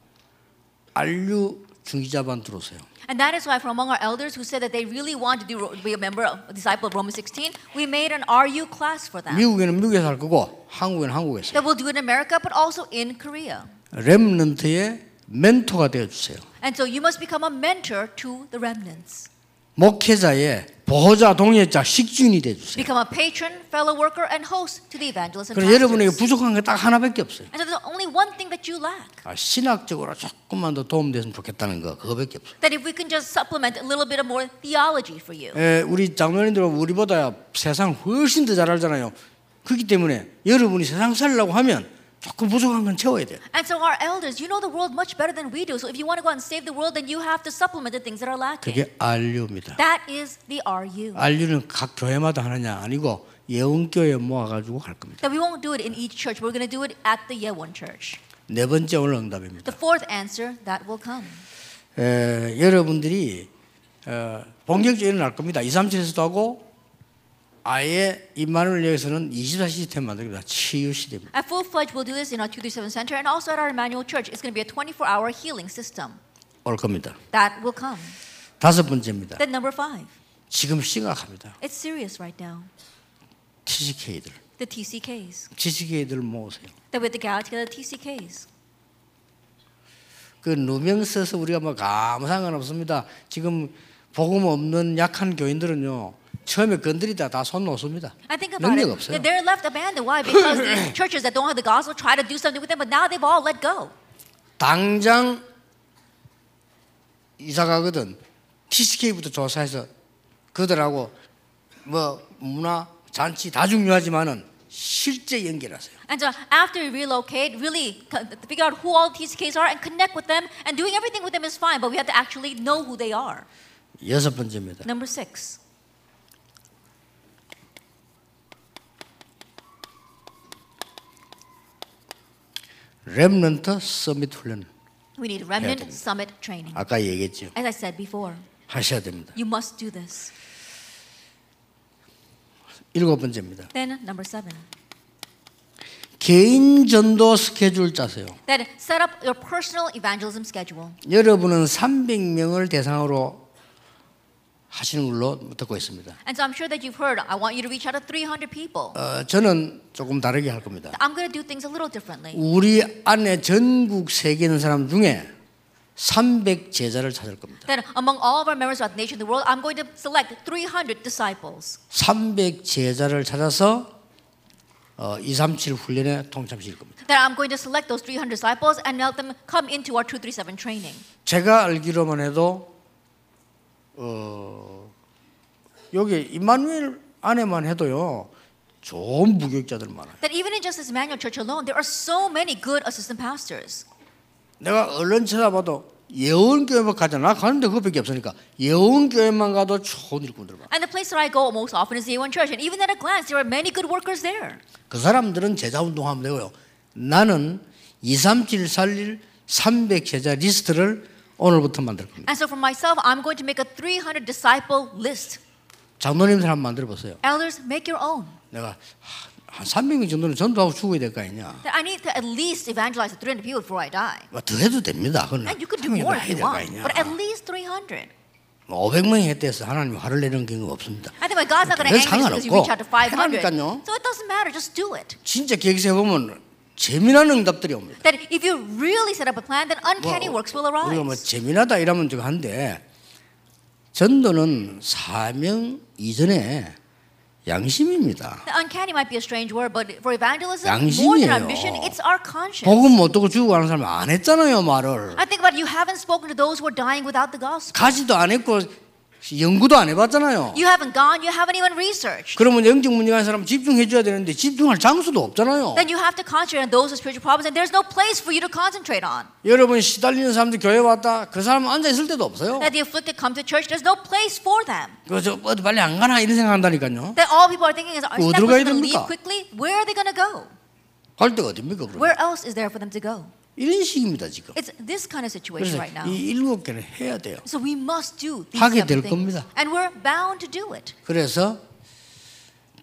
안류 중기자반 들어오세요.
And that is why, from among our elders who said that they really want to do, be a member, of, a disciple of Romans 16, we made an RU class for them.
미국에는 미국에서 할 거고 한국에는 한국에서.
That we'll do in America, but also in Korea.
렘넌트의 멘토가 되어 주세요.
And so you must become a mentor to the remnants.
목회자의 보호자, 동역자, 식주인이 되어주세요.
Become a patron, fellow worker, and host to the evangelists and
그럼 여러분에게
pastors.
부족한 게 딱 하나밖에 없어요.
And so there's only one thing that you lack.
아, 신학적으로 조금만 더 도움됐으면 좋겠다는 거 그거밖에 없어요.
That if we can just supplement a little bit of more theology for you.
에, 예, 우리 장로님들은 우리보다 세상 훨씬 더 잘 알잖아요. 그렇기 때문에 여러분이 세상 살려고 하면 조금 부족한 건 채워야 돼요.
And so our elders, you know the world much better than we do. So if you want to go out and save the world, then you have to supplement the things that are lacking.
그게 안류입니다.
That is the RU.
안류는 각 교회마다 하느냐 아니고 예언교회 모아가지고 할 겁니다.
That we won't do it in each church. We're going to do it at the Yewon Church.
네 번째 오늘 응답입니다.
The fourth answer that will come.
에, 여러분들이 어, 본격적으로 일어날 겁니다. 2, 3시에서도 하고 아예 임마누엘 여기서는 24시스템 만듭니다. 치유 시대입니다.
At Full Fledged, we'll do this in our 237 Center and also at our Emmanuel Church. It's going to be a 24 hour healing system.
올 겁니다.
That will come.
다섯 번째입니다.
Then, number five,
지금 심각합니다.
it's serious right now.
TCK들.
The TCKs.
TCK들 모으세요.
That with the gala together, TCKs.
그 누명 써서 우리가 뭐 아무 상관없습니다. 지금 복음 없는 약한 교인들은요. 처음에 건드리다 다 손 놓습니다.
I think about
능력
it.
없어요.
that They're left abandoned. Why? Because these churches that don't have the gospel try to do something with them, but now they've all let go.
당장 이사 가거든. TCK부터 조사해서 그들하고 뭐 문화 잔치 다 중요하지만은 실제 연결하세요.
And so after you relocate, really co- figure out who all TCKs are and connect with them. And doing everything with them is fine, but we have to actually know who they are.
여섯 번째입니다.
Number six,
렘넌트 서밋 훈련
we need remnant
됩니다.
summit training.
아까 얘기했죠.
As I said before,
하셔야 됩니다.
you must do this.
일곱 번째입니다.
Then number seven,
개인 전도 스케줄 짜세요.
then set up your personal evangelism schedule.
여러분은 300명을 대상으로 하시는 걸로 듣고 있습니다.
And so I'm sure that you've heard, I want you to reach out to 300 people.
어, 저는 조금 다르게 할 겁니다.
I'm going to do things a little differently.
우리 안에 전국 세계 있는 사람 중에 300 제자를 찾을 겁니다.
Then among all of our members throughout the nation and the world, I'm going to select 300 disciples.
300 제자를 찾아서 어, 237 훈련에 동참시킬 겁니다.
Then I'm going to select those 300 disciples and help them come into our 237 training.
제가 알기로만 해도 어, 여기 임마누엘 안에만 해도요. 좋은 무교육자들 많아요.
That even in just this Emmanuel Church alone, there are so many good assistant pastors.
내가 얼른 쳐다봐도 예언교회만 가자. 나 가는데 그거밖에 없으니까 예언교회만 가도 좋은 일꾼들 봐.
And the place that I go most often is the A1 Church. And even at a glance, there are many good workers there.
그 사람들은 제자 운동하면 되고요. 나는 237 살릴 300 제자 리스트를 오늘부터 만들 겁니다.
And so for myself, I'm going to make a 300 disciple list.
장로님 사람 만들어 보세요.
Elders, make your own.
내가 한 300명 정도는 전도하고 죽어야 될 거 아니냐.
That I need to at least evangelize the 300 people before I die.
뭐더 해도 됩니다. 그건
And you could do
300
more
해야 될
if
거
you want,
아니냐. 뭐
but at least 300.
500명이 했다 해서 하나님 화를 내는 경우가 없습니다.
I think my God's not going to
그래서
angry because you reach out to 500.
그러니까요.
So it doesn't matter. Just do it.
진짜 계획세 보면 재미난 응답들이 옵니다.
That if you really set up a plan, then uncanny
뭐,
works will
우리가 뭐
arise.
재미나다 이러면 좀 한데 전도는 사명 이전에 양심입니다.
The uncanny might be a strange word, but for evangelism, more than our
양심이에요.
mission, it's our conscience.
복음 못 듣고 죽고 가는 사람 안 했잖아요 말을.
I think about it, you haven't spoken to those who are dying without the gospel.
가지도 안 했고 연구도 안 해봤잖아요.
You haven't gone, you haven't even researched.
그러면 영적 문제가 있는 사람 집중해 줘야 되는데 집중할 장소도 없잖아요.
Then you have to concentrate on those with spiritual problems, and there's no place for you to concentrate on.
여러분 시달리는 사람들 교회 왔다 그 사람 앉아 있을 데도 없어요.
That the afflicted come to church, there's no place for them.
그저 어디 빨리 안 가나 이런 생각한다니까요.
That all people are thinking is, are
어디로
that
가야
going to leave
됩니까?
quickly? Where are they going to go?
갈 데가 어딥니까 그럼?
Where else is there for them to go?
이런 식입니다 지금.
It's this kind of
그래서
situation right now.
이 일곱 개는 해야 돼요.
So we must do these
하게
seven
될
things.
겁니다.
And we're bound to do it.
그래서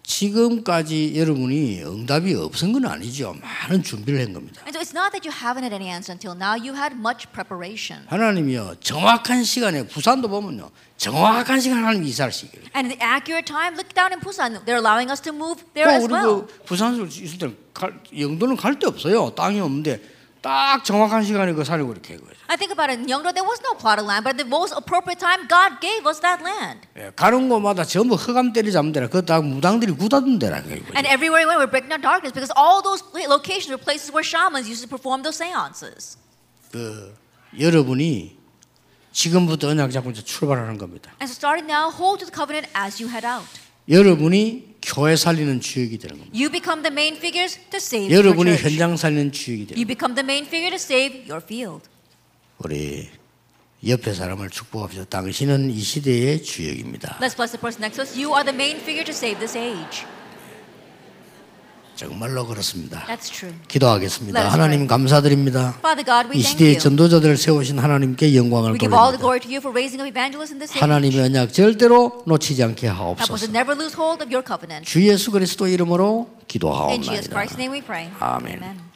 지금까지 여러분이 응답이 없은 건 아니죠. 많은 준비를 한 겁니다.
And so it's not that you haven't had any answer until now. You had much preparation.
하나님이요 정확한 시간에 부산도 보면요 정확한 시간 하나님 이사를 시켜요.
And the accurate time, look down in Busan. They're allowing us to move
또
there as
우리
well.
그 부산에서 있을 때는 갈, 영도는 갈 데 없어요. 땅이 없는데 딱 정확한 시간에 그 사려고 이렇게 한 거죠.
I think about it. In Yeongdo, there was no plot of land, but at the most appropriate time, God gave us that land.
예, 가는 곳마다 전부 흑암 때리 잡는 데라 그거 다 무당들이 굳어둔 데라는 거예요.
And everywhere we went, we were breaking down darkness because all those pla- locations were places where shamans used to perform those seances.
그 여러분이 지금부터 언약 잡고 이제 출발하는 겁니다.
And so, starting now, hold to the covenant as you head out.
여러분이 교회 살리는 주역이 되는 겁니다.
You become the main figures to save your
여러분이
church.
현장 살리는 주역이 되는
You
겁니다.
become the main figure to save your field.
우리 옆에 사람을 축복합시다. 당신은 이 시대의 주역입니다.
Let's bless the person next to us. You are the main figure to save this age.
정말로 그렇습니다.
That's true. Let
기도하겠습니다.
us
하나님 감사드립니다.
Father God, 네. we
이
thank
시대의
you.
전도자들을 세우신 하나님께 영광을
We give all
돌립니다.
the glory to you for raising up evangelists in this age.
하나님의 언약 절대로 놓치지 않게
Help us to
하옵소서.
never lose hold of your covenant.
주 예수 그리스도 이름으로
In Jesus
기도하옵나이다.
Christ's name we pray.
Amen.
Amen.